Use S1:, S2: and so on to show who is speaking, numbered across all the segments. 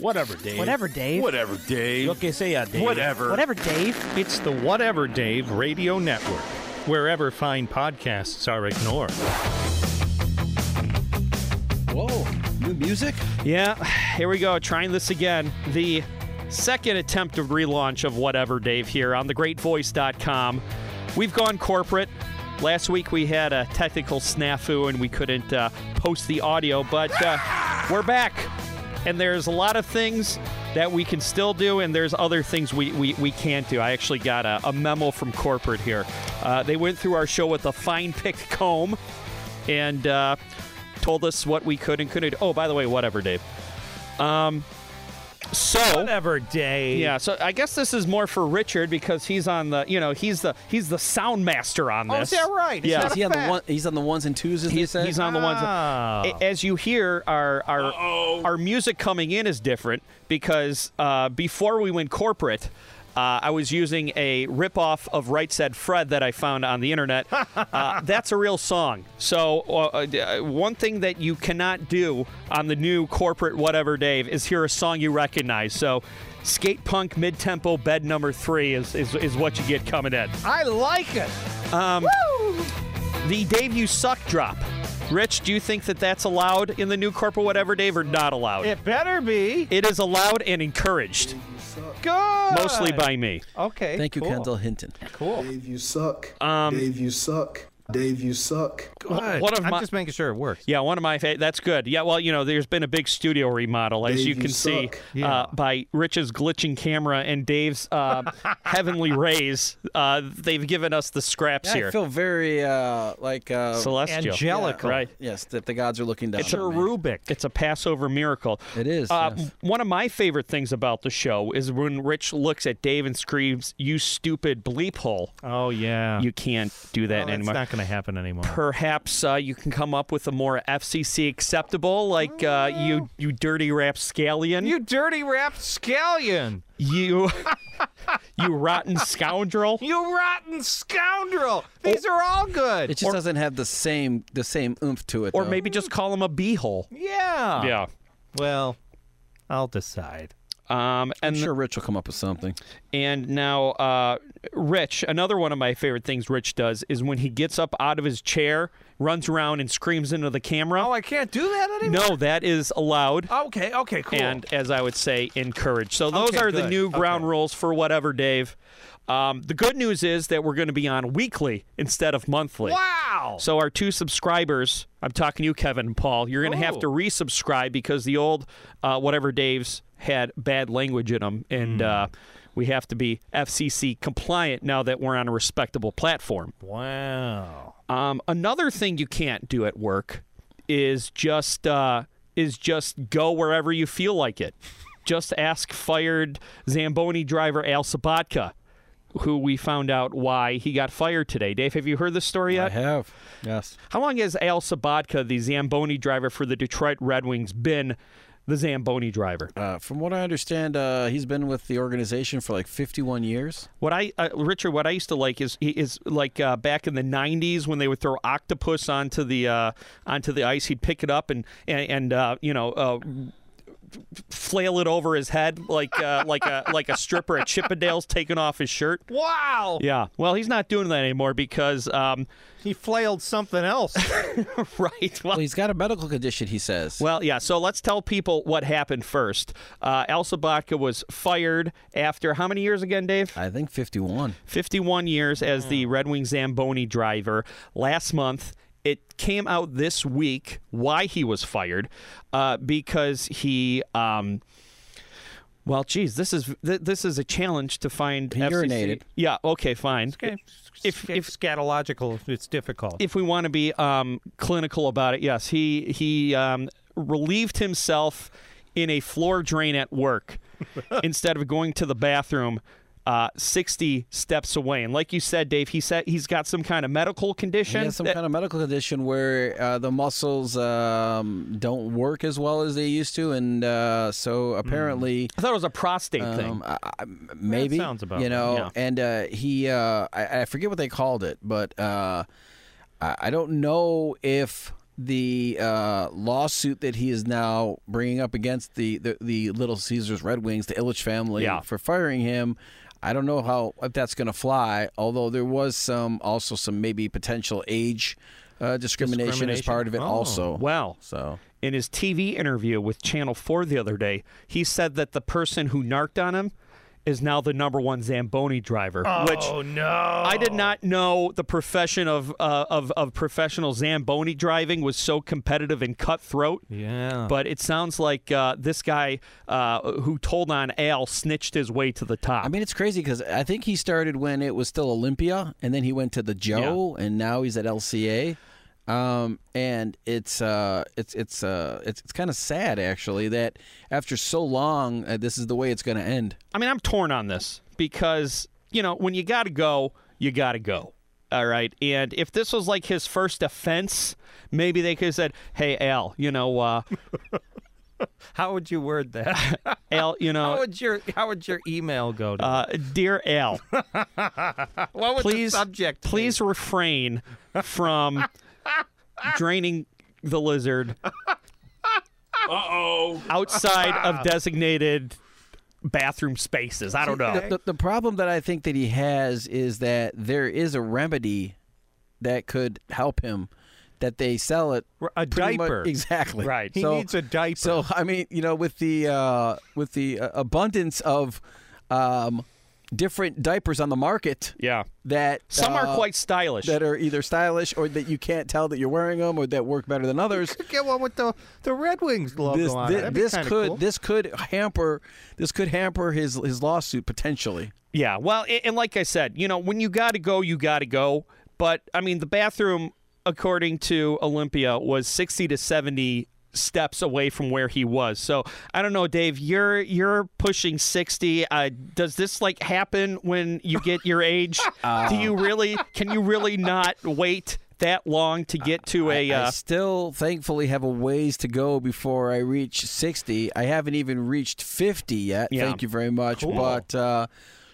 S1: Whatever, Dave.
S2: Whatever, Dave.
S3: Whatever, Dave.
S1: Lo que sea, Dave.
S3: Whatever.
S2: Whatever, Dave.
S4: It's the Whatever Dave Radio Network, wherever fine podcasts are ignored.
S5: Whoa, new music?
S4: Yeah, here we go. Trying this again. The second attempt of relaunch of Whatever Dave here on thegreatvoice.com. We've gone corporate. Last week we had a technical snafu and we couldn't uh, post the audio, but uh, we're back. And there's a lot of things that we can still do, and there's other things we, we, we can't do. I actually got a, a memo from corporate here. Uh, they went through our show with a fine picked comb and uh, told us what we could and couldn't. do. Oh, by the way, whatever, Dave. Um, so
S1: Whatever, Dave.
S4: yeah, so I guess this is more for Richard because he's on the you know he's the he's the sound master on
S3: Oh,
S4: this.
S3: is that right? Is
S4: Yeah.
S3: that
S5: Is
S3: a
S5: he on the
S3: fact?
S5: one, he's on the ones and twos, as
S4: He's,
S5: they say?
S4: he's on the ones.
S1: Ah.
S4: A- As you hear, our our
S3: Uh-oh.
S4: our music coming in is different because uh, before we went corporate, uh, I was using a ripoff of Right Said Fred that I found on the internet. uh, that's a real song. So uh, uh, one thing that you cannot do on the new corporate whatever Dave is hear a song you recognize. So. Skate punk mid tempo bed number three is, is, is what you get coming in.
S3: I like it.
S4: Um, The Dave You Suck drop. Rich, do you think that that's allowed in the new corporate whatever, Dave, or not allowed?
S3: It better be
S4: it is allowed and encouraged,
S3: good.
S4: mostly by me.
S3: Okay.
S5: Thank you,
S3: cool.
S5: Kendall Hinton.
S3: Cool.
S6: Dave, you suck. Um, Dave, you suck. Dave, you suck.
S3: Good.
S4: One of
S3: I'm
S4: my-
S3: just making sure it works.
S4: Yeah, one of my fa- that's good. Yeah, well, you know, there's been a big studio remodel, as
S6: Dave,
S4: you
S6: you
S4: can see
S6: suck.
S4: uh, by Rich's glitching camera and Dave's uh, heavenly rays. Uh, they've given us the scraps
S5: Yeah,
S4: here.
S5: I feel very uh, like uh,
S4: Celestial,
S3: Angelical.
S4: right?
S5: yes, that the gods are looking down.
S3: It's
S5: on me.
S3: cherubic.
S4: It's a Passover miracle.
S5: It is,
S4: Uh,
S5: yes.
S4: One of my favorite things about the show is when Rich looks at Dave and screams, "You stupid bleep hole!"
S1: Oh,
S3: Uh.
S1: yeah.
S4: You can't do that
S1: Well, it's
S4: anymore.
S1: not going to happen anymore.
S4: Perhaps uh, you can come up with a more FCC acceptable, like uh, you, you dirty rapscallion,
S3: You dirty rap scallion.
S4: you, you rotten scoundrel.
S3: You rotten scoundrel.
S1: Oh.
S3: These are all good.
S5: It just doesn't have the same the same oomph to it.
S4: Or
S5: though.
S4: maybe just call him a beehole.
S3: yeah.
S4: Yeah.
S3: Well, I'll decide.
S4: Um,
S5: I'm
S4: and
S5: sure Rich will come up with something.
S4: And now, uh, Rich, another one of my favorite things Rich does is when he gets up out of his chair, runs around, and screams into the camera.
S3: Oh, I can't do that anymore.
S4: no, that is allowed.
S3: Okay. Okay. Cool.
S4: And as I would say, encouraged. So those
S3: Okay,
S4: are the
S3: good.
S4: new ground
S3: Okay.
S4: rules for whatever, Dave. Um, the good news is that we're going to be on weekly instead of monthly.
S3: wow.
S4: So our two subscribers, I'm talking to you, Kevin and Paul. You're going to have
S3: Oh.
S4: to resubscribe because the old uh, whatever Dave's had bad language in them, and uh, we have to be FCC compliant now that we're on a respectable platform.
S1: wow.
S4: Um, another thing you can't do at work is just uh, is just go wherever you feel like it. Just ask fired Zamboni driver Al Sabatka, who we found out why he got fired today. Dave, have you heard this story yet?
S5: I have. Yes.
S4: How long has Al Sabatka, the Zamboni driver for the Detroit Red Wings, been the Zamboni driver?
S5: Uh, from what I understand, uh, he's been with the organization for like 51 years.
S4: What I, uh, Richard, what I used to like is he is like uh, back in the '90s when they would throw octopus onto the uh, onto the ice. He'd pick it up and and, and uh, you know. Uh, flail it over his head like uh, like a like a stripper at Chippendales taking off his shirt.
S3: wow.
S4: Yeah. Well, he's not doing that anymore because um,
S3: He flailed something else.
S4: right. Well,
S5: Well, he's got a medical condition, he says.
S4: Well, yeah. So let's tell people what happened first. Uh, Al Sabatka was fired after how many years again, Dave?
S5: I Hmm. think 51.
S4: 51 years as the Red Wing Zamboni driver last month. It came out this week why he was fired uh, because he. Um, well, geez, this is th- this is a challenge to find.
S5: He
S4: FCC.
S5: urinated.
S4: Yeah. Okay. Fine.
S3: okay.
S4: If-
S3: If,
S4: if-
S3: scatological, it's difficult.
S4: if we want to be um, clinical about it, yes, he he um, relieved himself in a floor drain at work instead of going to the bathroom. Uh, 60 steps away and like you said dave he said he's got some kind of medical
S5: He
S4: condition
S5: has some
S4: that-
S5: kind of medical condition where uh, the muscles um, don't work as well as they used to, and uh, so apparently.
S4: i thought it was a prostate thing
S5: Um, I, I- maybe
S3: sounds about
S5: you
S3: right,
S5: know,
S4: yeah.
S5: and uh, he, uh, I, I forget what they called it, but uh, I, I don't know if the uh, lawsuit that he is now bringing up against the, the, the Little Caesars Red Wings, the Illich family,
S4: Yeah.
S5: for firing him. I don't know how if that's going to fly. Although there was some also some maybe potential age uh, discrimination, as
S1: Discrimination?
S5: part of it
S1: Oh,
S5: also.
S4: Well,
S5: So
S4: in his TV interview with Channel 4 the other day, he said that the person who narked on him is now the number one Zamboni driver, which
S1: oh no!
S4: I did not know the profession of, uh, of of professional Zamboni driving was so competitive and cutthroat.
S1: Yeah.
S4: But it sounds like uh, this guy uh, who told on Al snitched his way to the top.
S5: I mean, it's crazy because I think he started when it was still Olympia, and then he went to the Joe, and now he's at LCA. Um, and it's uh, it's it's uh, it's, it's kind of sad actually that after so long, uh, this is the way it's going to end.
S4: I mean, I'm torn on this because, you know, when you got to go, you got to go. All right. And if this was like his first offense, maybe they could have said, hey, Al, you know, uh,
S1: how would you word that?
S4: Al, you
S1: how
S4: know,
S1: would your How would your email go? To
S4: uh, dear Al,
S1: what would
S4: please,
S1: the subject? be?
S4: please refrain from draining the lizard. Uh oh. Outside of designated bathroom spaces. I don't know.
S5: The, the problem that I think that he has is that there is a remedy that could help him. That they sell it
S1: a
S5: pretty much-
S1: diaper.
S5: exactly
S4: Right.
S1: He needs a diaper.
S5: So I mean, you know, with the uh, with the uh, abundance of um, different diapers on the market,
S4: Yeah.
S5: that
S4: Some
S5: uh,
S4: are quite stylish.
S5: that are either stylish or that you can't tell that you're wearing them or that work better than others.
S1: Could get one with the the Red Wings logo
S5: This
S1: on
S5: thi-
S1: it. That'd be
S5: this,
S1: kinda
S5: could
S1: cool.
S5: this could hamper this could hamper his his lawsuit potentially.
S4: Yeah, well, a- and like I said, you know, when you got to go, you got to go. But I mean, the bathroom, according to Olympia, was sixty to seventy steps away from where he was. So I don't know, Dave. You're you're pushing sixty. Uh, does this like happen when you get your age?
S5: Uh,
S4: Do you really? Can you really not wait that long to get to a?
S5: I
S4: Uh,
S5: still thankfully have a ways to go before I reach 60. I haven't even reached 50 yet.
S4: Yeah.
S5: Thank you very much.
S4: Cool.
S5: But uh,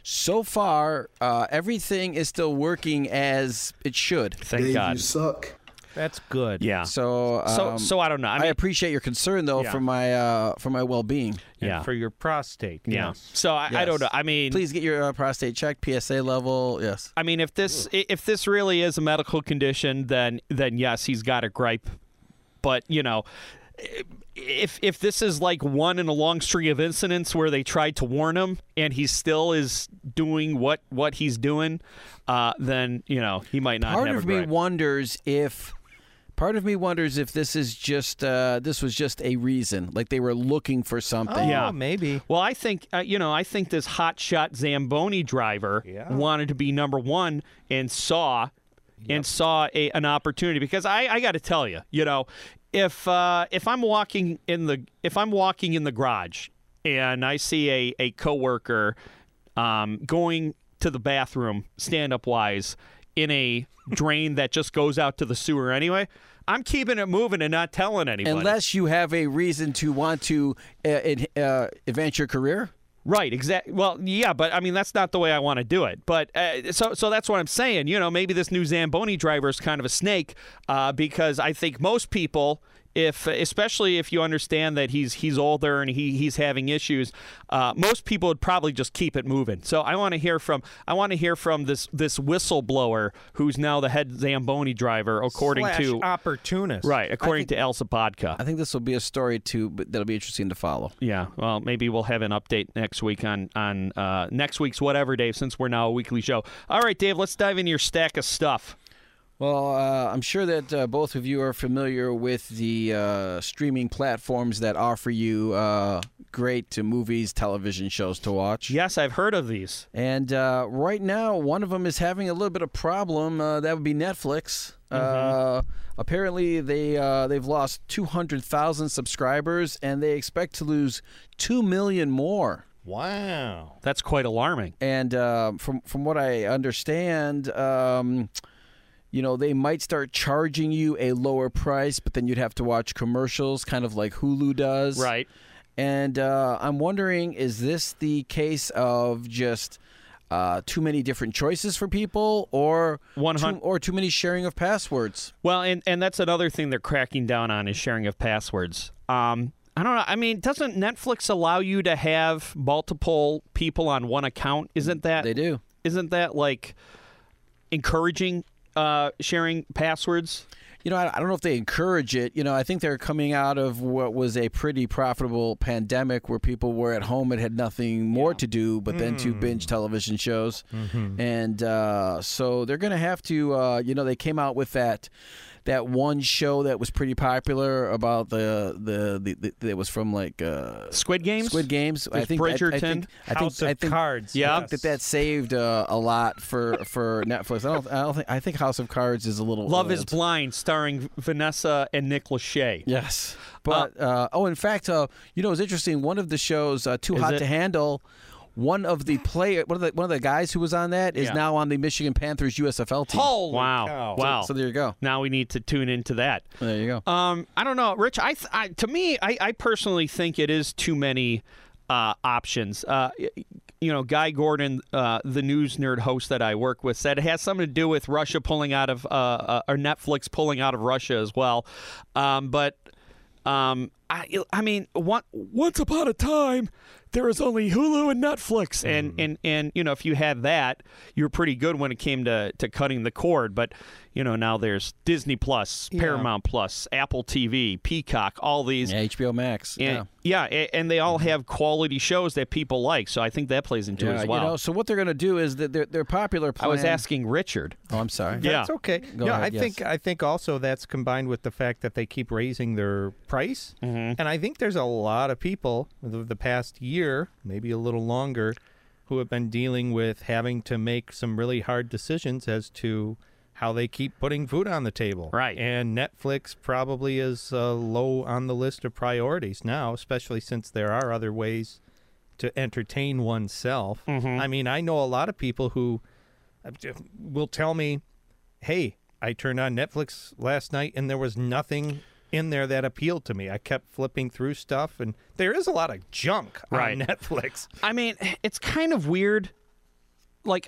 S5: so far, uh, everything is still working as it should.
S4: thank
S6: Dave,
S4: God.
S6: you suck.
S1: That's good.
S4: Yeah. So
S5: So,
S4: so,
S5: um,
S4: I don't know. I
S5: I,
S4: mean,
S5: appreciate your concern though
S4: Yeah.
S5: for my uh, for my well being.
S1: And
S4: yeah.
S1: For your prostate.
S4: yeah.
S1: Yes.
S4: So I, I don't know. I mean,
S5: Please get your uh, prostate checked, PSA level. Yes.
S4: I mean, if this i- if this really is a medical condition, then then yes, he's got a gripe. But you know, i- if if this is like one in a long string of incidents where they tried to warn him and he still is doing what what he's doing, uh, then you know he might not
S5: Part
S4: have a
S5: of me
S4: gripe.
S5: wonders if. Part of me wonders if this is just uh, this was just a reason, like they were looking for something.
S1: Oh,
S4: Yeah.
S1: Maybe.
S4: well, I think uh, you know. I think this hotshot Zamboni driver
S1: Yeah.
S4: wanted to be number one and saw and saw a, an opportunity because I, I got to tell you, you know, if uh, if I'm walking in the if I'm walking in the garage and I see a a coworker um, going to the bathroom stand up wise in a drain that just goes out to the sewer anyway, I'm keeping it moving and not telling anybody.
S5: Unless you have a reason to want to uh, ad- uh, advance your career.
S4: Right, exactly. Well, yeah, but I mean that's not the way I want to do it. But uh, so so that's what I'm saying. You know, maybe this new Zamboni driver is kind of a snake uh, because I think most people, if especially if you understand that he's he's older and he he's having issues, uh, most people would probably just keep it moving. So I want to hear from I want to hear from this this whistleblower who's now the head Zamboni driver, according
S1: Slash
S4: to
S1: opportunist.
S4: right, according to Elsa Podka.
S5: I think this will be a story too, but that'll be interesting to follow.
S4: Yeah, well, maybe we'll have an update next week on on uh, next week's whatever, Dave. Since we're now a weekly show. All right, Dave, let's dive into your stack of stuff.
S5: Well, uh, I'm sure that uh, both of you are familiar with the uh, streaming platforms that offer you uh, great to movies, television shows to watch.
S4: Yes, I've heard of these.
S5: And uh, right now, one of them is having a little bit of problem. Uh, that would be Netflix. Uh, apparently, they uh, they've lost two hundred thousand subscribers, and they expect to lose two million more.
S1: Wow.
S4: That's quite alarming.
S5: And uh, from from what I understand, um, you know they might start charging you a lower price, but then you'd have to watch commercials, kind of like Hulu does.
S4: Right.
S5: And uh, I'm wondering, is this the case of just uh, too many different choices for people, or
S4: One hun-
S5: too, or too many sharing of passwords.
S4: Well, and and that's another thing they're cracking down on is sharing of passwords. Um, I don't know. I mean, doesn't Netflix allow you to have multiple people on one account? Isn't that
S5: Mm, They do.
S4: Isn't that like encouraging uh, sharing passwords?
S5: You know, I, I don't know if they encourage it. You know, I think they're coming out of what was a pretty profitable pandemic where people were at home and had nothing more to do but then to binge television shows. And uh, so they're going to have to, uh, you know, they came out with that. That one show that was pretty popular about the the, the, the that was from like uh,
S4: Squid Games.
S5: Squid Games. I
S4: There's
S5: think I- I
S4: Bridgerton,
S5: think- I think,
S1: House of
S5: I think-
S1: Cards.
S4: Yeah.
S5: I think that that saved uh, a lot for for Netflix. I don't. I don't think. I think House of Cards is a little.
S4: Love is
S5: old.
S4: Blind, starring Vanessa and Nick Lachey.
S5: Yes, but uh, oh, in fact, uh, you know, it's interesting. One of the shows, uh, Too
S4: Is
S5: Hot
S4: it-
S5: to Handle, one of the player, one of the one of the guys who was on that is
S4: Yeah.
S5: now on the Michigan Panthers USFL team.
S4: Holy wow!
S1: cow.
S4: Wow!
S5: So there you go.
S4: now we need to tune into that.
S5: There you go.
S4: Um, I don't know, Rich. I, th- I to me, I, I personally think it is too many uh, options. Uh, y- you know, Guy Gordon, uh, the news nerd host that I work with, said it has something to do with Russia pulling out of uh, uh, or Netflix pulling out of Russia as well. Um, but um, I, I mean, one, once upon a time, there was only Hulu and Netflix,
S5: Mm-hmm.
S4: and, and and you know, if you had that, you were pretty good when it came to, to cutting the cord. But you know, now there's Disney Plus, Paramount Plus, Apple TV, Peacock, all these,
S5: Yeah, HBO Max. yeah.
S4: and yeah, a- and they all have quality shows that people like. So I think that plays into it
S5: Yeah,
S4: as well.
S5: You know, so what they're going to do is that their their popular
S4: I
S5: plan.
S4: was asking Richard.
S5: Oh, I'm sorry.
S4: Yeah.
S1: That's okay.
S5: Go
S1: no,
S5: ahead,
S1: I
S5: yes.
S1: think I think also that's combined with the fact that they keep raising their price,
S4: Mm-hmm.
S1: and I think there's a lot of people over the past year, maybe a little longer, who have been dealing with having to make some really hard decisions as to how they keep putting food on the table.
S4: Right.
S1: And Netflix probably is uh, low on the list of priorities now, especially since there are other ways to entertain oneself. I mean, I know a lot of people who will tell me, "Hey, I turned on Netflix last night and there was nothing in there that appealed to me. I kept flipping through stuff and there is a lot of junk
S4: Right.
S1: on Netflix."
S4: I mean, it's kind of weird. Like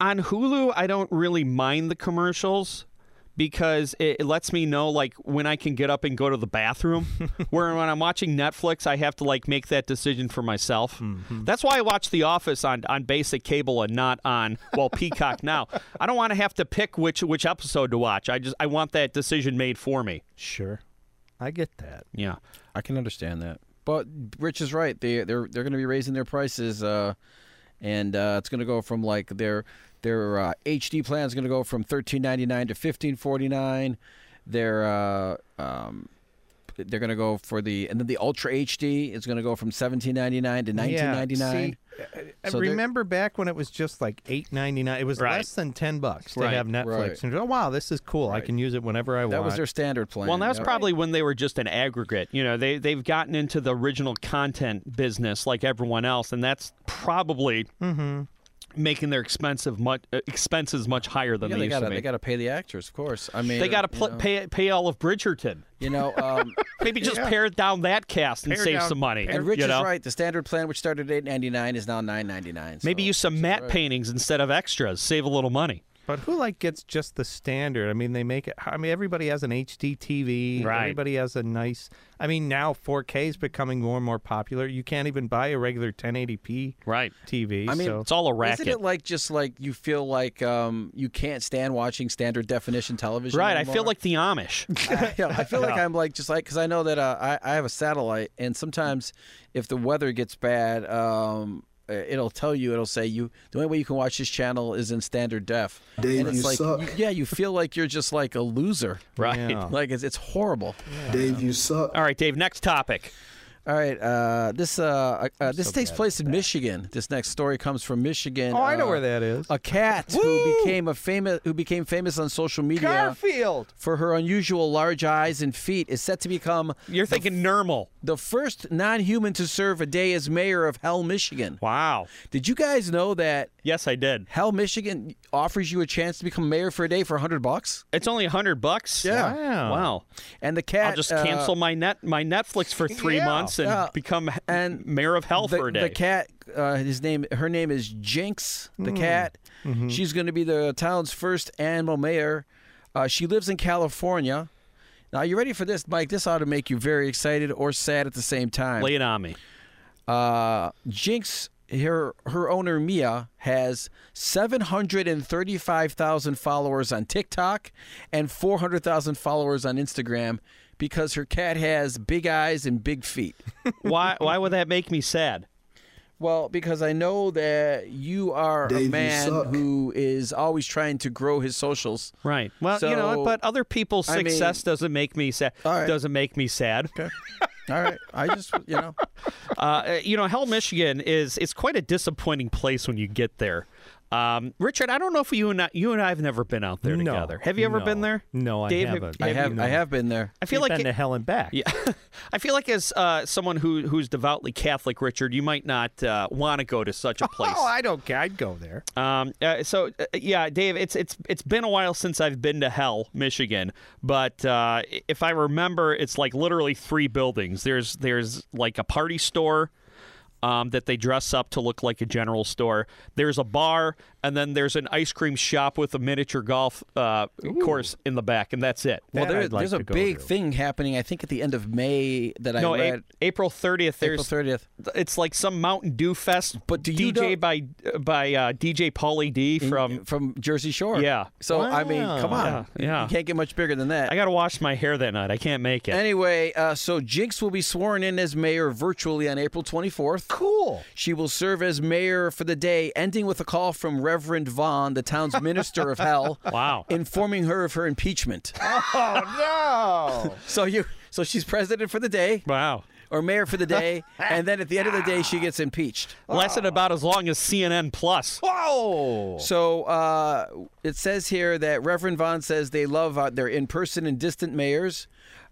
S4: on Hulu, I don't really mind the commercials because it, it lets me know like when I can get up and go to the bathroom. Where when I'm watching Netflix, I have to like make that decision for myself. That's why I watch The Office on on basic cable and not on well Peacock now. I don't want to have to pick which which episode to watch. I just I want that decision made for me.
S1: Sure. I get that.
S4: Yeah.
S5: I can understand that. But Rich is right. They they're they're going to be raising their prices, uh, and uh, it's going to go from like their their uh, HD plan is going to go from thirteen ninety nine to fifteen forty nine. Their uh, um, they're going to go for the and then the Ultra HD is going to go from seventeen ninety nine to nineteen ninety nine.
S1: Yeah, see, I- I
S5: So they're-
S1: uh, remember back when it was just like eight ninety nine. It was
S4: Right.
S1: less than ten bucks to
S4: Right,
S1: have Netflix.
S5: right.
S1: And oh wow, this is cool. I can use it whenever I want.
S5: That was their standard plan.
S4: Well, that's
S5: Yep.
S4: probably when they were just an aggregate. You know, they they've gotten into the original content business like everyone else, and that's probably
S5: Mm-hmm.
S4: making their expensive much uh, expenses much higher than
S5: Yeah,
S4: they,
S5: they
S4: used
S5: got
S4: to
S5: to
S4: be.
S5: they got to pay the actors, of course. I mean,
S4: They gotta
S5: you
S4: pl-
S5: know-
S4: pay pay all of Bridgerton.
S5: You know, um,
S4: Maybe just pare down that cast and
S1: Pare
S4: save
S1: down-
S4: some money.
S5: and Rich
S4: you know?
S5: is right. The standard plan, which started at eight ninety nine, is now nine ninety nine.
S4: Maybe use some matte paintings instead of extras. Save a little money.
S1: But who like gets just the standard? I mean, they make it. I mean, everybody has an HD TV.
S4: Right.
S1: Everybody has a nice. I mean, now 4K is becoming more and more popular. You can't even buy a regular 1080p
S4: Right.
S1: TV.
S5: I mean,
S1: so.
S4: It's all a racket.
S5: Isn't it like just like you feel like um, you can't stand watching standard definition television?
S4: right. I
S5: anymore?
S4: feel like the Amish.
S5: yeah, I feel like I'm like just like because I know that uh, I I have a satellite and sometimes if the weather gets bad, um, uh, it'll tell you it'll say you the only way you can watch this channel is in standard def.
S6: Dave,
S5: and it's
S6: you
S5: like
S6: suck.
S5: you- yeah, you feel like you're just like a loser.
S4: right.
S1: Yeah.
S5: Like it's it's horrible.
S6: Dave, you suck.
S4: All right, Dave. Next topic.
S5: All right, uh, this uh, uh, this takes place in Michigan. This next story comes from Michigan.
S1: oh, I know
S5: uh,
S1: where that is.
S5: a cat who became a famous who became famous on social media
S1: Garfield.
S5: for her unusual large eyes and feet is set to become
S4: You're thinking normal.
S5: the first non-human to serve a day as mayor of Hell, Michigan.
S4: Wow.
S5: Did you guys know that
S4: Yes, I did.
S5: Hell, Michigan offers you a chance to become mayor for a day for 100 bucks?
S4: It's only a hundred bucks.
S5: Yeah.
S1: Wow.
S4: Wow.
S5: And the cat
S4: I'll just
S5: uh,
S4: cancel my net my Netflix for three
S1: Yeah.
S4: months Wilson
S5: Yeah.
S4: become h-
S5: And
S4: mayor of Halford.
S5: The, the cat, uh, his name, her name is Jinx. The cat. She's going to be the town's first animal mayor. Uh, she lives in California. Now, you ready for this, Mike? This ought to make you very excited or sad at the same time.
S4: Lay it on me.
S5: Uh, Jinx, her her owner Mia has seven hundred and thirty five thousand followers on TikTok and four hundred thousand followers on Instagram because her cat has big eyes and big feet.
S4: Why? Why would that make me sad?
S5: Well, because I know that you are
S6: Dave,
S5: a
S6: you
S5: man
S6: suck.
S5: who is always trying to grow his socials.
S4: Right. Well, you know,
S5: So-
S4: but other people's
S5: I mean-
S4: success doesn't make me sad.
S5: All right.
S4: Doesn't make me sad.
S5: All right, I just you know
S4: Uh, you know, Hell, Michigan is it's quite a disappointing place when you get there. Um, Richard, I don't know if you and I, you and I have never been out there
S1: No,
S4: together. Have you ever
S1: no.
S4: been there?
S1: No, I
S4: Dave,
S1: haven't.
S5: I
S1: Maybe
S5: have
S1: no.
S5: I have been there.
S4: I feel
S1: You've
S4: like
S1: been to
S4: it-
S1: hell and back.
S4: Yeah, I feel like as uh, someone who who's devoutly Catholic, Richard, you might not uh, want to go to such a place.
S1: Oh, I don't care. I'd go there.
S4: Um, uh, so uh, yeah, Dave, it's it's it's been a while since I've been to Hell, Michigan, but uh, if I remember, it's like literally three buildings. There's there's like a party store. Um, that they dress up to look like a general store. There's a bar, and then there's an ice cream shop with a miniature golf uh, course in the back, and that's it.
S5: Well,
S1: That
S5: there,
S1: I'd like
S5: there's a
S1: to go
S5: big
S1: to.
S5: thing happening. I think at the end of May that
S4: no,
S5: I
S4: A-
S5: read
S4: April 30th. There's
S5: April thirtieth.
S4: it's like some Mountain Dew fest.
S5: But do you
S4: DJ
S5: don't-
S4: by by uh, DJ Paulie D from?
S5: from Jersey Shore.
S4: Yeah.
S5: So I mean, come
S1: Wow.
S5: on,
S4: Yeah, yeah.
S5: you can't get much bigger than that.
S4: I gotta wash my hair that night. I can't make it.
S5: Anyway, uh, so Jinx will be sworn in as mayor virtually on April 24th.
S1: Cool.
S5: She will serve as mayor for the day, ending with a call from Reverend Vaughn, the town's minister of hell,
S4: wow.
S5: informing her of her impeachment.
S1: Oh no.
S5: So you, so she's president for the day
S4: wow.
S5: or mayor for the day, and then at the end of the day, she gets impeached.
S4: Lasted about as long as CNN Plus.
S1: Whoa.
S5: So uh, it says here that Reverend Vaughn says they love uh, their in-person and distant mayors.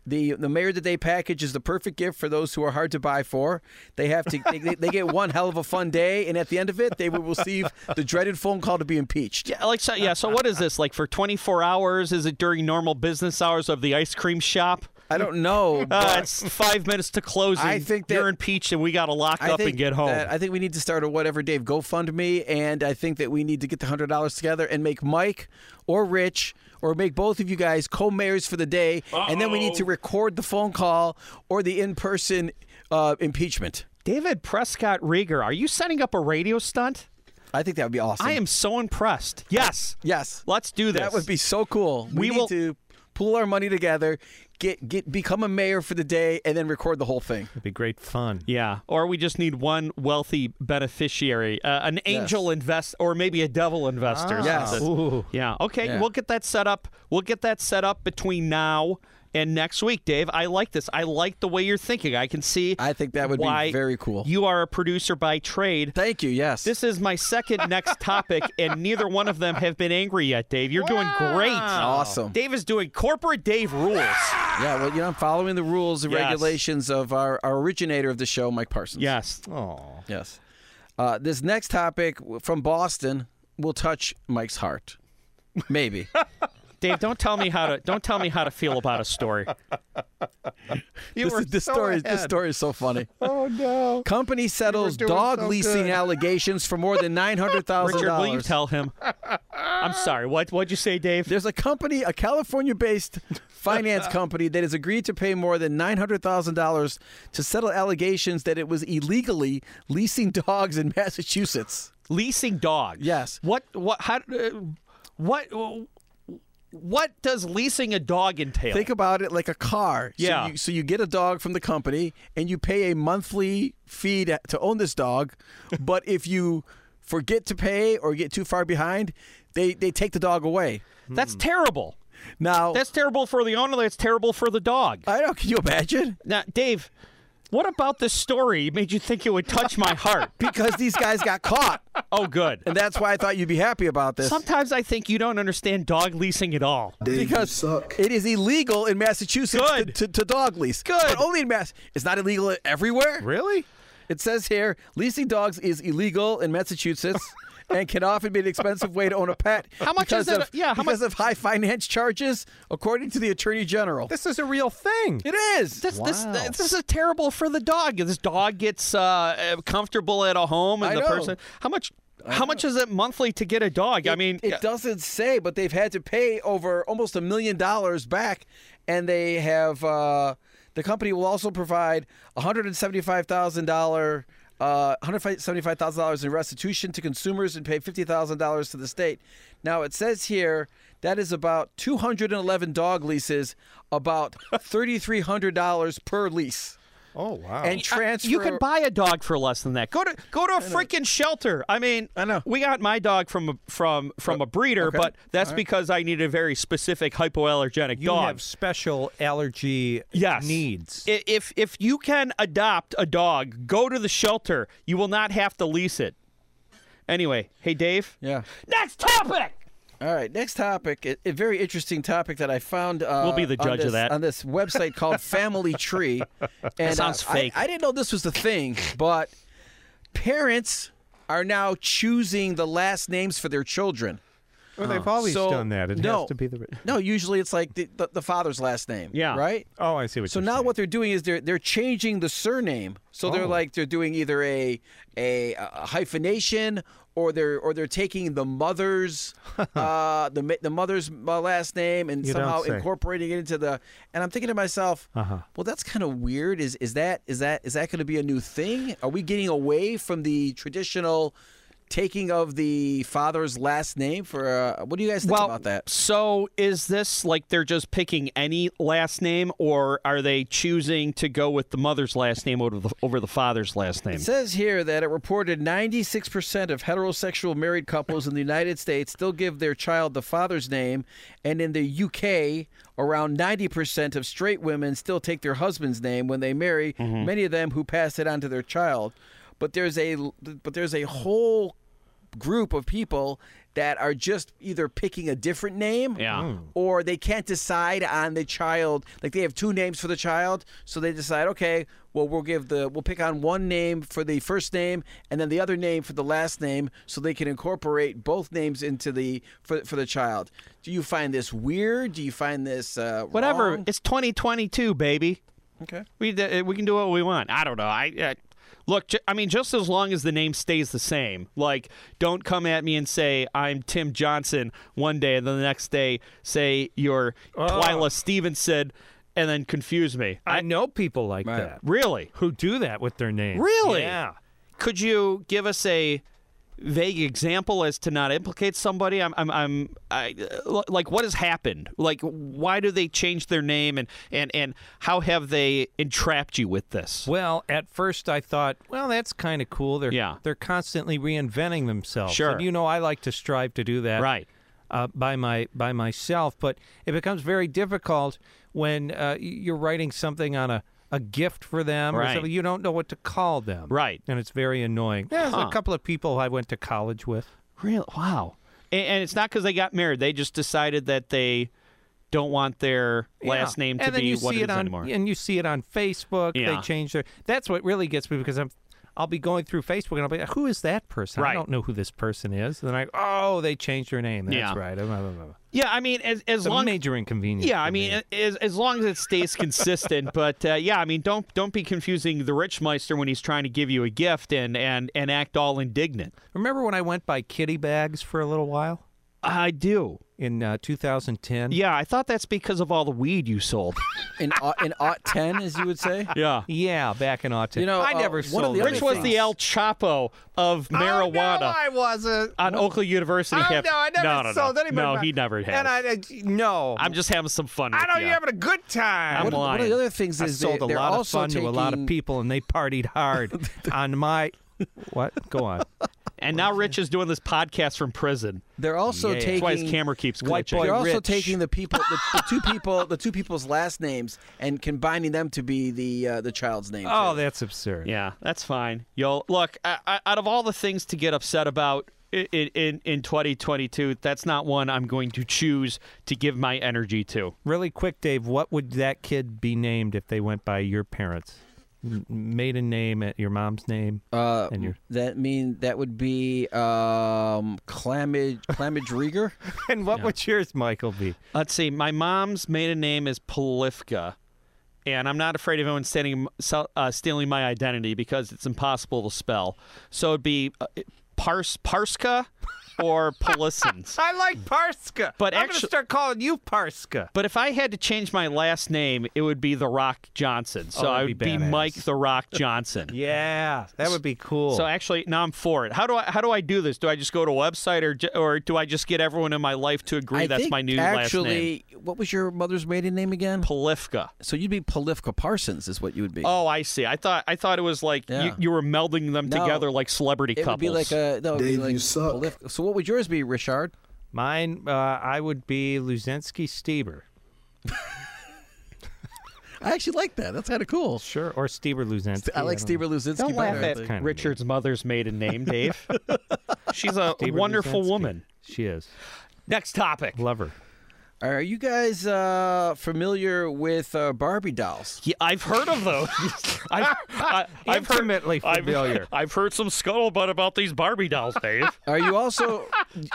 S5: The the mayor that they package is the perfect gift for those who are hard to buy for. They have to they, they get one hell of a fun day, and at the end of it, they will receive the dreaded phone call to be impeached.
S4: Yeah, like so, yeah. So what is this like for 24 hours? Is it during normal business hours of the ice cream shop?
S5: I don't know.
S4: Uh,
S5: but
S4: it's five minutes to closing.
S5: I think that-
S4: you're impeached, and we gotta lock
S5: I
S4: up
S5: think
S4: and get home.
S5: that- I think we need to start a whatever Dave GoFundMe, and I think that we need to get the hundred dollars together and make Mike or Rich or make both of you guys co-mayors for the day, and then we need to record the phone call or the in-person uh, impeachment.
S4: David Prescott Rieger, are you setting up a radio stunt?
S5: I think that would be awesome.
S4: I am so impressed. Yes.
S5: Yes.
S4: Let's do this.
S5: That would be so cool. We,
S4: We
S5: need
S4: will-
S5: to pool our money together, get get become a mayor for the day, and then record the whole thing.
S1: It'd be great fun.
S4: Yeah, or we just need one wealthy beneficiary, uh, an angel invest, or maybe a devil investor.
S5: Yes.
S4: something.
S1: Ooh.
S4: Yeah. Okay,
S5: Ah. Yeah.
S4: we'll get that set up. We'll get that set up between now and next week, Dave. I like this. I like the way you're thinking. I can see.
S5: I think that would be
S4: why
S5: very cool.
S4: You are a producer by trade.
S5: Thank you. Yes.
S4: This is my second next topic, and neither one of them have been angry yet, Dave. You're doing great.
S5: Awesome.
S4: Dave is doing corporate Dave rules.
S5: Yeah, well, you know, I'm following the rules and
S4: Yes.
S5: regulations of our, our originator of the show, Mike Parsons.
S4: yes.
S1: Oh.
S5: Yes. Uh, this next topic w- from Boston will touch Mike's heart. Maybe.
S4: Dave, don't tell me how to don't tell me how to feel about a story.
S1: You
S5: this
S1: were
S5: is- this
S1: so
S5: story
S1: ahead.
S5: this story is so funny.
S1: Oh no.
S5: Company settles
S1: doing
S5: dog
S1: so
S5: leasing
S1: good.
S5: allegations for more than nine hundred thousand
S4: Richard, will you
S5: dollars.
S4: tell him? I'm sorry. What what'd you say, Dave?
S5: There's a company, a California-based finance company, that has agreed to pay more than nine hundred thousand dollars to settle allegations that it was illegally leasing dogs in Massachusetts.
S4: Leasing dogs.
S5: Yes.
S4: What what how uh, what what does leasing a dog entail?
S5: Think about it like a car. So
S4: Yeah.
S5: You, so you get a dog from the company, and you pay a monthly fee to, to own this dog. but if you forget to pay or get too far behind, they they take the dog away.
S4: That's terrible.
S5: Now
S4: That's terrible for the owner. That's terrible for the dog.
S5: I don't. Can you imagine?
S4: Now, Dave, what about this story made you think it would touch my heart?
S5: Because these guys got caught,
S4: Oh, good.
S5: and that's why I thought you'd be happy about this.
S4: Sometimes I think you don't understand dog leasing at all.
S6: Dave, you
S5: because
S6: suck.
S5: it is illegal in Massachusetts to,
S4: Good.
S5: to, to dog lease. Good. But only in Mass. It's not illegal everywhere.
S1: Really?
S5: It says here leasing dogs is illegal in Massachusetts and can often be an expensive way to own a pet.
S4: How much
S5: because
S4: is it?
S5: Of,
S4: Yeah, how
S5: because of high finance charges, according to the attorney general.
S1: This is a real thing.
S5: it is.
S4: This, this,
S5: Wow.
S4: this is terrible for the dog. This dog gets uh, comfortable at a home, and
S5: I
S4: the
S5: know.
S4: person. How much? How much is it monthly to get a dog? I
S5: It-
S4: mean,
S5: it doesn't say, but they've had to pay over almost a million dollars back, and they have uh, the company will also provide one hundred and seventy-five thousand dollar. Uh, $175,000 in restitution to consumers and pay $50,000 to the state. Now it says here that is about 211 dog leases, about $3,300 per lease.
S1: Oh wow.
S5: And transfer.
S4: Uh, You could buy a dog for less than that. Go to go to a freaking shelter. I mean,
S5: I know. Uh,
S4: we got my dog from a, from from a breeder,
S5: okay.
S4: but that's because I need a very specific hypoallergenic
S1: you
S4: dog.
S1: have special allergy
S4: yes.
S1: needs.
S4: I- If if you can adopt a dog, go to the shelter. You will not have to lease it. Anyway, hey Dave.
S5: Yeah.
S4: Next topic.
S5: All right, next topic. A, a very interesting topic that I found. Uh,
S4: We'll be the
S5: on
S4: judge of
S5: this-
S4: that.
S5: on this website called Family Tree. And,
S4: sounds
S5: uh, I-
S4: fake.
S5: I, didn't know this was the thing, but parents are now choosing the last names for their children.
S1: Well, they've always
S5: So-
S1: done that. It
S5: no.
S1: has to be the.
S5: No, usually it's like the, the, the father's last name.
S4: Yeah.
S5: Right.
S1: Oh, I see what.
S5: So
S1: you're
S5: now
S1: saying.
S5: what they're doing is they're they're changing the surname. So they're
S1: Oh.
S5: like they're doing either a a, a hyphenation or they're or they're taking the mother's uh, the ma- the mother's uh, last name and
S1: You don't
S5: somehow
S1: say.
S5: incorporating it into the. And I'm thinking to myself,
S1: Uh-huh.
S5: well, that's kind of weird. Is is that is that is that going to be a new thing? Are we getting away from the traditional? Taking of the father's last name for uh, what do you guys think
S4: well,
S5: about that?
S4: So is this like they're just picking any last name, or are they choosing to go with the mother's last name over the, over the father's last name?
S5: It says here that it reported 96% of heterosexual married couples in the United States still give their child the father's name, and in the UK, around 90% of straight women still take their husband's name when they marry, many of them who pass it on to their child. But there's a but there's a whole group of people that are just either picking a different name
S4: Yeah. Mm.
S1: Hmm.
S5: or they can't decide on the child like they have two names for the child so they decide okay well we'll give the we'll pick on one name for the first name and then the other name for the last name so they can incorporate both names into the for, for the child do you find this weird do you find this uh
S4: Whatever.
S5: wrong?
S4: It's 2022, baby.
S5: okay
S4: We d- uh, we can do what we want. I don't know. I, I look. J- I mean, just as long as the name stays the same. Like, don't come at me and say I'm Tim Johnson one day, and then the next day say you're
S5: Oh.
S4: Twyla Stevenson, and then confuse me.
S1: I know people like
S5: Right.
S1: that
S4: Really?
S1: who do that with their name.
S4: Really?
S1: Yeah.
S4: Could you give us a vague example as to not implicate somebody? I'm, I'm, I'm I, l- like, what has happened? Like, why do they change their name, and and and how have they entrapped you with this?
S1: Well, at first I thought, well, that's kind of cool. They're
S4: Yeah.
S1: they're constantly reinventing themselves.
S4: Sure.
S1: And you know, I like to strive to do that.
S4: Right.
S1: Uh, by my by myself, but it becomes very difficult when uh, y- you're writing something on a, a gift for them,
S4: Right.
S1: or something. you don't know what to call them,
S4: Right.
S1: And it's very annoying. There's
S4: Huh.
S1: a couple of people I went to college with.
S4: Real? Wow. And, and it's not because they got married. They just decided that they don't want their last
S1: Yeah.
S4: name to
S1: and then
S4: be
S1: you
S4: what
S1: see
S4: it
S1: it
S4: is
S1: on,
S4: anymore.
S1: And you see it on Facebook.
S4: Yeah.
S1: They change their. That's what really gets me because I'm. I'll be going through Facebook and I'll be, who is that person?
S4: Right.
S1: I don't know who this person is. And then I, oh, they changed their name. That's
S4: Yeah.
S1: right. Blah, blah, blah, blah.
S4: Yeah, I mean, as as
S1: It's a
S4: long
S1: major inconvenience.
S4: Yeah,
S1: for
S4: I
S1: me.
S4: mean, a- as, as long as it stays consistent. but uh, yeah, I mean, don't don't be confusing the rich meister when he's trying to give you a gift and and and act all indignant.
S1: remember when I went by Kitty Bags for a little while
S4: I do.
S1: in uh, 2010?
S4: Yeah, I thought that's because of all the weed you sold.
S5: in au- in aught 10 as you would say
S4: yeah.
S1: Yeah, back in autumn.
S5: You know,
S1: I
S5: uh,
S1: never
S5: one of
S1: sold
S5: the other
S1: those
S4: Rich was the
S1: things.
S4: El Chapo of
S3: Oh,
S4: marijuana.
S1: wasn't.
S4: on Oakland University
S1: Oh,
S4: campus.
S3: no, I never
S4: no, no,
S3: sold
S4: no.
S3: anybody
S4: No,
S3: my-
S4: he never had.
S3: And I, I no,
S4: I'm just having some fun.
S3: I
S4: with
S3: know
S4: ya.
S3: you're having a good time.
S4: I'm
S5: one, of- one of
S4: lying.
S5: the other things
S1: I
S5: is
S1: sold
S5: they,
S1: a
S5: they're
S1: lot of
S5: also
S1: fun to a lot of
S5: taking-
S1: people, and they partied hard on my. What? Go on.
S4: And now Rich is doing this podcast from prison.
S5: They're also taking
S4: That's why his camera keeps
S1: White
S4: glitching.
S1: boy-
S5: They're also
S1: Rich.
S5: taking the people, the, the two people, the two people's last names, and combining them to be the uh, the child's name.
S1: Oh,
S5: too.
S1: that's absurd.
S4: Yeah, that's fine. Yo, look, I, I, out of all the things to get upset about in, in in 2022, that's not one I'm going to choose to give my energy to.
S1: Really quick, Dave, what would that kid be named if they went by your parents? m- maiden name, at your mom's name,
S5: Uh,
S1: and your
S5: that mean that would be um, Clamage Clamage Rieger.
S1: and what would yours, Michael, be?
S4: Let's see. My mom's maiden name is Polifka, and I'm not afraid of anyone standing, so- uh, stealing my identity because it's impossible to spell. So it'd be uh, Pars Parska or Polisins.
S3: I like Parska.
S4: But
S3: I'm
S4: actu-
S3: gonna start calling you Parska.
S4: But if I had to change my last name, it would be The Rock Johnson. So
S1: Oh, that'd
S4: I
S1: be
S4: would be,
S1: badass.
S4: Mike The Rock Johnson.
S3: Yeah, that would be cool.
S4: So actually, now I'm for it. How do I how do I do this? Do I just go to a website or ju- or do I just get everyone in my life to agree
S5: I
S4: that's
S5: think
S4: my new last name?
S5: actually, what was your mother's maiden name again?
S4: Polifka.
S5: so you'd be Polifka Parsons, is what you would be.
S4: Oh, I see. I thought I thought it was like you,
S5: Yeah.
S4: you were melding them
S5: No.
S4: together like celebrity
S5: it would
S4: couples.
S5: be like a no, it would be
S6: Dave,
S5: like
S6: you suck.
S5: Polifka- So what would yours be, Richard?
S1: Mine, uh, I would be Luzinski Stieber.
S5: I actually like that. That's kind of cool.
S1: Sure, or Stieber Luzinski.
S5: I like
S1: don't
S5: Steve
S1: know.
S5: Luzinski.
S4: Don't laugh
S5: better, I
S4: at
S5: think.
S1: kinda neat.
S4: Richard's mother's maiden name, Dave. She's a
S1: Stieber
S4: wonderful
S1: Luzinski.
S4: woman.
S1: She is.
S4: Next topic.
S1: Love her.
S5: Are you guys uh, familiar with uh, Barbie dolls?
S4: Yeah, I've heard of those. I've, I, I've heard
S1: Intimately
S4: I've,
S1: familiar.
S4: I've heard some scuttlebutt about these Barbie dolls, Dave.
S5: Are you also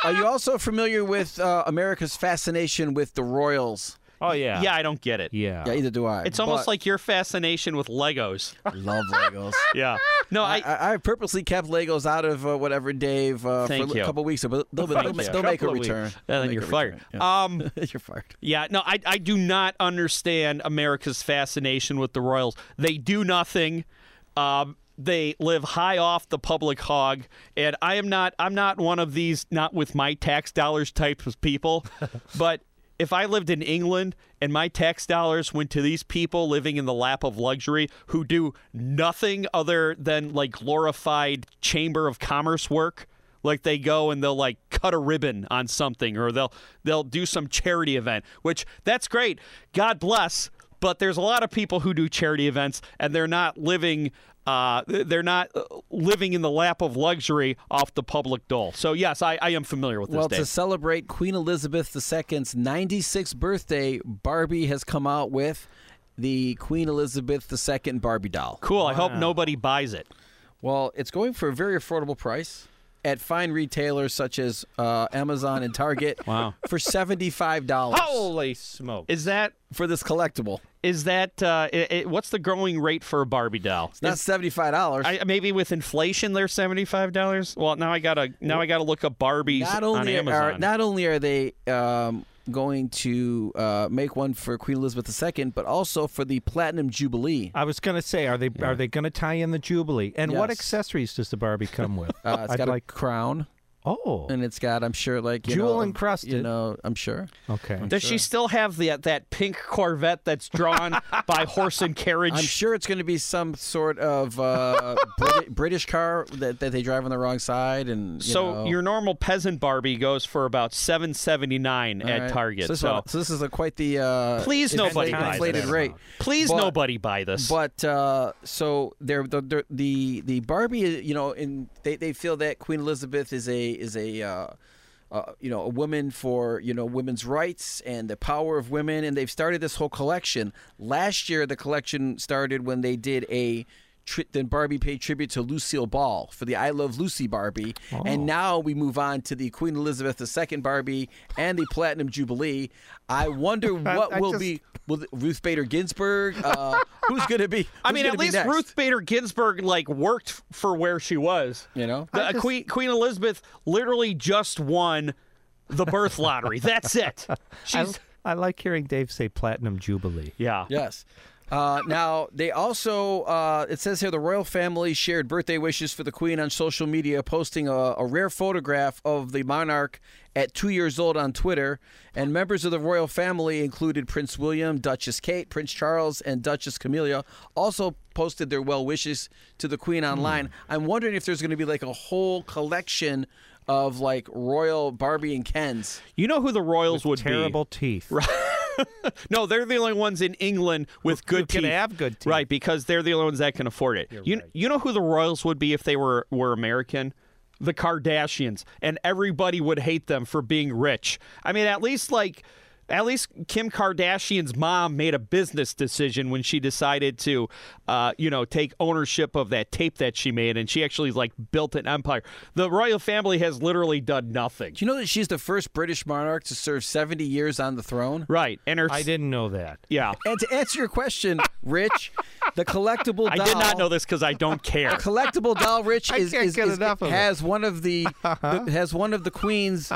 S5: are you also familiar with uh, America's fascination with the royals?
S1: Oh yeah.
S4: yeah, I don't get it.
S1: Yeah.
S5: Yeah, either do I.
S4: Oh. It's almost
S5: but-
S4: like your fascination with Legos.
S5: love Legos.
S4: Yeah. No, I,
S5: I, I purposely kept Legos out of uh, whatever Dave uh,
S4: Thank
S5: for
S4: you.
S5: a couple weeks ago, but they'll, they'll,
S4: Thank
S5: ma-
S4: you.
S5: they'll make a
S1: Couple of
S5: return.
S4: and
S5: They'll
S4: then
S5: make
S4: you're
S5: a
S4: fired.
S5: return, yeah.
S4: Um,
S5: you're fired.
S4: Yeah, no, I, I do not understand America's fascination with the Royals. They do nothing. Um, they live high off the public hog, and I am not. I'm not one of these not with my tax dollars type of people. but if I lived in England and my tax dollars went to these people living in the lap of luxury who do nothing other than like glorified chamber of commerce work, like they go and they'll like cut a ribbon on something or they'll they'll do some charity event, which that's great. God bless. But there's a lot of people who do charity events and they're not living uh, they're not uh, living in the lap of luxury off the public dole. So yes, I, I am familiar with this.
S5: Well,
S4: Dave.
S5: to celebrate Queen Elizabeth II's 96th birthday, Barbie has come out with the Queen Elizabeth II Barbie doll.
S4: Cool. I hope nobody buys it.
S5: Well, it's going for a very affordable price at fine retailers such as uh, Amazon and Target
S4: Wow. Oh!
S5: for $75
S1: Holy smoke!
S4: Is that
S5: for this collectible.
S4: is that uh, i i what's the growing rate for a Barbie doll?
S5: It's not $75.
S4: I, maybe with inflation, they're seventy five dollars. Well, now I gotta now I gotta look up Barbies
S5: not
S4: on
S5: only
S4: Amazon.
S5: are not only are they um, going to uh, make one for Queen Elizabeth II, but also for the Platinum Jubilee.
S1: I was gonna say, are they are they gonna tie in the Jubilee? And what
S5: Yes.
S1: accessories does the Barbie come with?
S5: Uh, it's
S1: I'd
S5: got
S1: like.
S5: a crown,
S1: Oh,
S5: and it's got I'm sure like you
S1: Jewel
S5: know,
S1: encrusted. Oh,
S5: You know, I'm sure.
S1: okay.
S4: Does she still have that that pink Corvette that's drawn by horse and carriage?
S5: I'm sure it's going to be some sort of uh, Brit- British car that, that they drive on the wrong side, and you
S4: so
S5: know.
S4: your normal peasant Barbie goes for about seven seventy nine
S5: All
S4: at
S5: right.
S4: Target.
S5: So this,
S4: So,
S5: is, so this is a quite the uh,
S4: Please nobody
S5: inflated,
S4: buys
S5: inflated
S1: that
S5: rate.
S1: amount.
S4: please
S5: but-
S4: nobody buy this.
S5: But uh, so they're, the- the the the Barbie, uh, you know, and they, they feel that Queen Elizabeth is a is a uh, uh, you know a woman for you know women's rights and the power of women, and they've started this whole collection. Last year, the collection started when they did a. tri- Then Barbie paid tribute to Lucille Ball for the "I Love Lucy" Barbie,
S1: Oh.
S5: and now we move on to the Queen Elizabeth II Barbie and the Platinum Jubilee. I wonder what
S1: I
S5: will
S1: just-
S5: be Will it- Ruth Bader Ginsburg? Uh, who's going to be?
S4: I
S5: who's
S4: mean,
S5: gonna
S4: at
S5: be
S4: least
S5: next?
S4: Ruth Bader Ginsburg like worked f- for where she was.
S5: You know?
S4: The- uh, Queen Queen Elizabeth literally just won the birth lottery. That's it.
S1: I,
S4: She's
S1: I like hearing Dave say platinum jubilee.
S4: yeah.
S5: Yes. Uh, now they also uh, it says here the royal family shared birthday wishes for the queen on social media, posting a, a rare photograph of the monarch at two years old on Twitter. And members of the royal family included Prince William, Duchess Kate, Prince Charles, and Duchess Camilla. Also posted their well wishes to the queen online. I'm wondering if there's going to be like a whole collection of like royal Barbie and Kens.
S4: You know who the Royals would
S1: Terrible teeth. Right.
S4: be? No, they're the only ones in England with good
S1: can
S4: teeth.
S1: have good teeth.
S4: Right, because they're the only ones that can afford it. you you know who the Royals would be if they were were American? The Kardashians, and everybody would hate them for being rich. I mean, at least like At least Kim Kardashian's mom made a business decision when she decided to, uh, you know, take ownership of that tape that she made, and she actually like built an empire. The royal family has literally done nothing.
S5: Do you know that she's the first British monarch to serve 70 years on the throne?
S4: Right, and her
S1: I didn't know that.
S4: yeah.
S5: And to answer your question, Rich, the collectible doll.
S4: I did not know this because I don't care.
S5: Collectible doll, Rich, is,
S1: can't
S5: is-
S1: get
S5: is-
S1: enough of it. Uh-huh.
S5: has one of the, the- has one of the queen's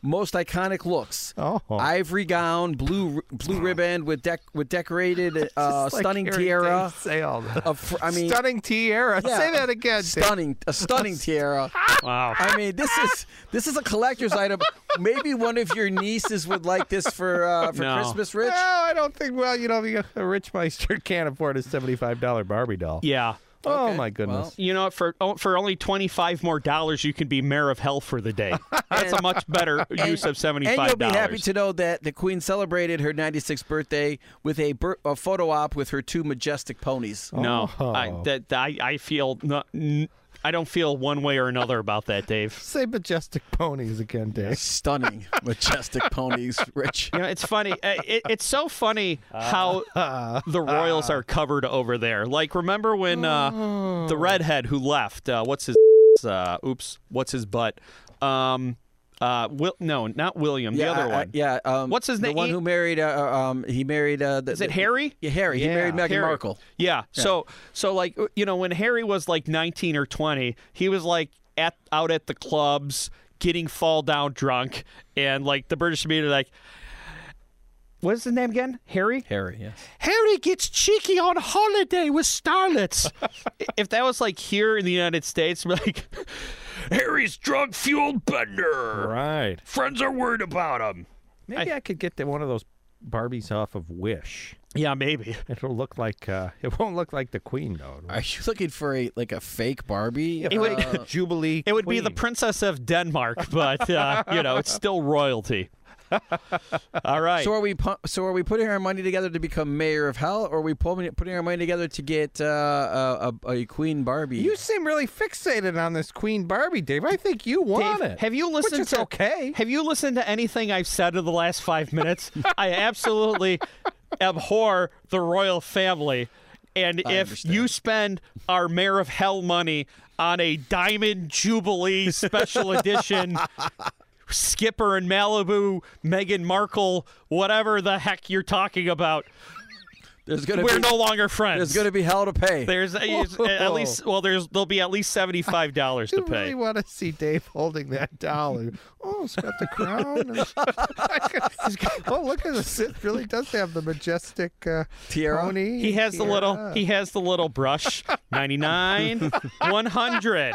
S5: most iconic looks.
S1: Oh.
S5: Ivory gown, blue blue ribbon with dec- with decorated uh, stunning tiara.
S1: Say all that.
S5: Of, fr- I mean,
S1: stunning tiara.
S5: yeah,
S1: Say that again. Dave.
S5: Stunning, a stunning tiara.
S4: Wow.
S5: I mean, this is this is a collector's item. Maybe one of your nieces would like this for uh, for
S4: No.
S5: Christmas, Rich.
S1: No, I don't think. Well, you know, the- a rich meister can't afford a seventy-five dollar Barbie doll.
S4: Yeah.
S1: Oh
S5: Okay,
S1: my goodness.
S4: You know, for oh, for only twenty five more dollars, you can be mayor of hell for the day. That's a much better use of seventy
S5: And
S4: five
S5: you'll be happy
S4: dollars.
S5: to know that the Queen celebrated her 96th birthday with a, bir- a photo op with her two majestic ponies.
S4: No, I,
S1: Oh.
S4: that I I feel no, n- I don't feel one way or another about that, Dave.
S1: Say majestic ponies again, Dave.
S5: Stunning, majestic ponies, Rich.
S4: You know, it's funny. Uh, It, it's so funny how the Royals are covered over there. Like, remember when uh,
S5: Oh.
S4: the redhead who left? Uh, what's his? Uh, oops. What's his butt? Um, uh, Will, no, not William.
S5: Yeah,
S4: the other
S5: I- I-
S4: one.
S5: yeah. Um,
S4: What's his
S5: The
S4: name?
S5: one
S4: He-
S5: who married. Uh, uh, um, he married. Uh, the,
S4: Is it Harry?
S5: Yeah, Harry. he married Meghan
S4: Harry.
S5: Markle.
S4: Yeah. So so like uh, you know when Harry was like 19 or 20, he was like at out at the clubs getting fall down drunk and like the British media are like What's his name again? Harry?
S5: Harry. Yes.
S4: Harry gets cheeky on holiday with starlets. if that was like here in the United States, we're like Harry's drug fueled bender.
S1: Right.
S4: Friends are worried about him.
S1: Maybe I, could get the, one of those Barbies off of Wish.
S4: Yeah, maybe.
S1: It'll look like. Uh, it won't look like the Queen though.
S5: Are you looking for a like a fake Barbie?
S1: It would, Jubilee.
S4: It would be the
S1: Queen.
S4: princess of Denmark, but uh, you know it's still royalty. All right.
S5: So are we? pu- So are we putting our money together to become mayor of hell, or are we pulling, putting our money together to get uh, a, a, a Queen Barbie?
S1: You seem really fixated on this Queen Barbie, Dave. I think you want
S4: Dave,
S1: it.
S4: have you listened
S1: is
S4: to
S1: okay.
S4: Have you listened to anything I've said in the last five minutes? I absolutely abhor the royal family, and if
S5: understand.
S4: you spend our mayor of hell money on a diamond jubilee special edition. Skipper in Malibu, Meghan Markle, whatever the heck you're talking about.
S5: there's gonna
S4: We're
S5: be
S4: no longer friends.
S5: there's gonna be hell to pay.
S4: There's it's at least well there's there'll be at least seventy five dollars to
S1: I really
S4: pay.
S1: want to see Dave holding that doll. Oh, it's got the crown. and- oh, look at this! It really does have the majestic uh,
S5: Tiara?
S1: pony.
S4: He has the
S1: tiara.
S4: little he has the little brush. Ninety nine, one hundred.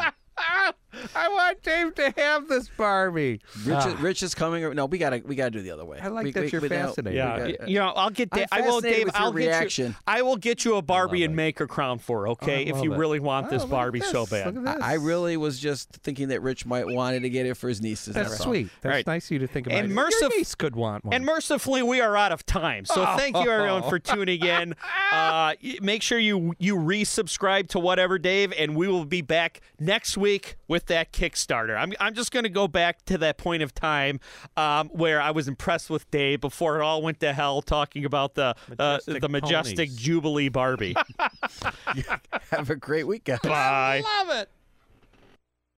S1: I want Dave to have this Barbie.
S5: Rich, is, Rich is coming. No, we gotta we gotta do it the other way.
S1: I like
S5: We-
S1: that
S5: we-
S1: you're
S5: we now-
S1: fascinated.
S4: Yeah,
S5: got-
S4: you know I'll get Dave.
S5: I'm
S4: I will,
S5: fascinated
S4: Dave.
S5: with your
S4: I'll get you.
S5: reaction.
S4: I will get you a Barbie and make a crown for okay if you really want this
S1: Oh, look at
S4: Barbie so
S1: this. Look
S4: bad.
S1: at this.
S5: I really was just thinking that Rich might wanted to get it for his nieces.
S1: That's
S5: all.
S1: sweet. That's
S4: Right.
S1: nice of you to think about.
S4: And
S1: it.
S4: mercif-
S1: Your niece could want one.
S4: And mercifully, we are out of time. So thank you everyone for
S1: Oh.
S4: tuning in. Uh, y- make sure you you resubscribe to whatever Dave, and we will be back next week with that Kickstarter. I'm I'm just gonna go back to that point of time um, where I was impressed with Dave before it all went to hell, talking about the uh,
S1: Majestic
S4: the majestic
S1: ponies.
S4: Jubilee Barbie.
S5: Have a great week, guys.
S4: Bye.
S1: love it.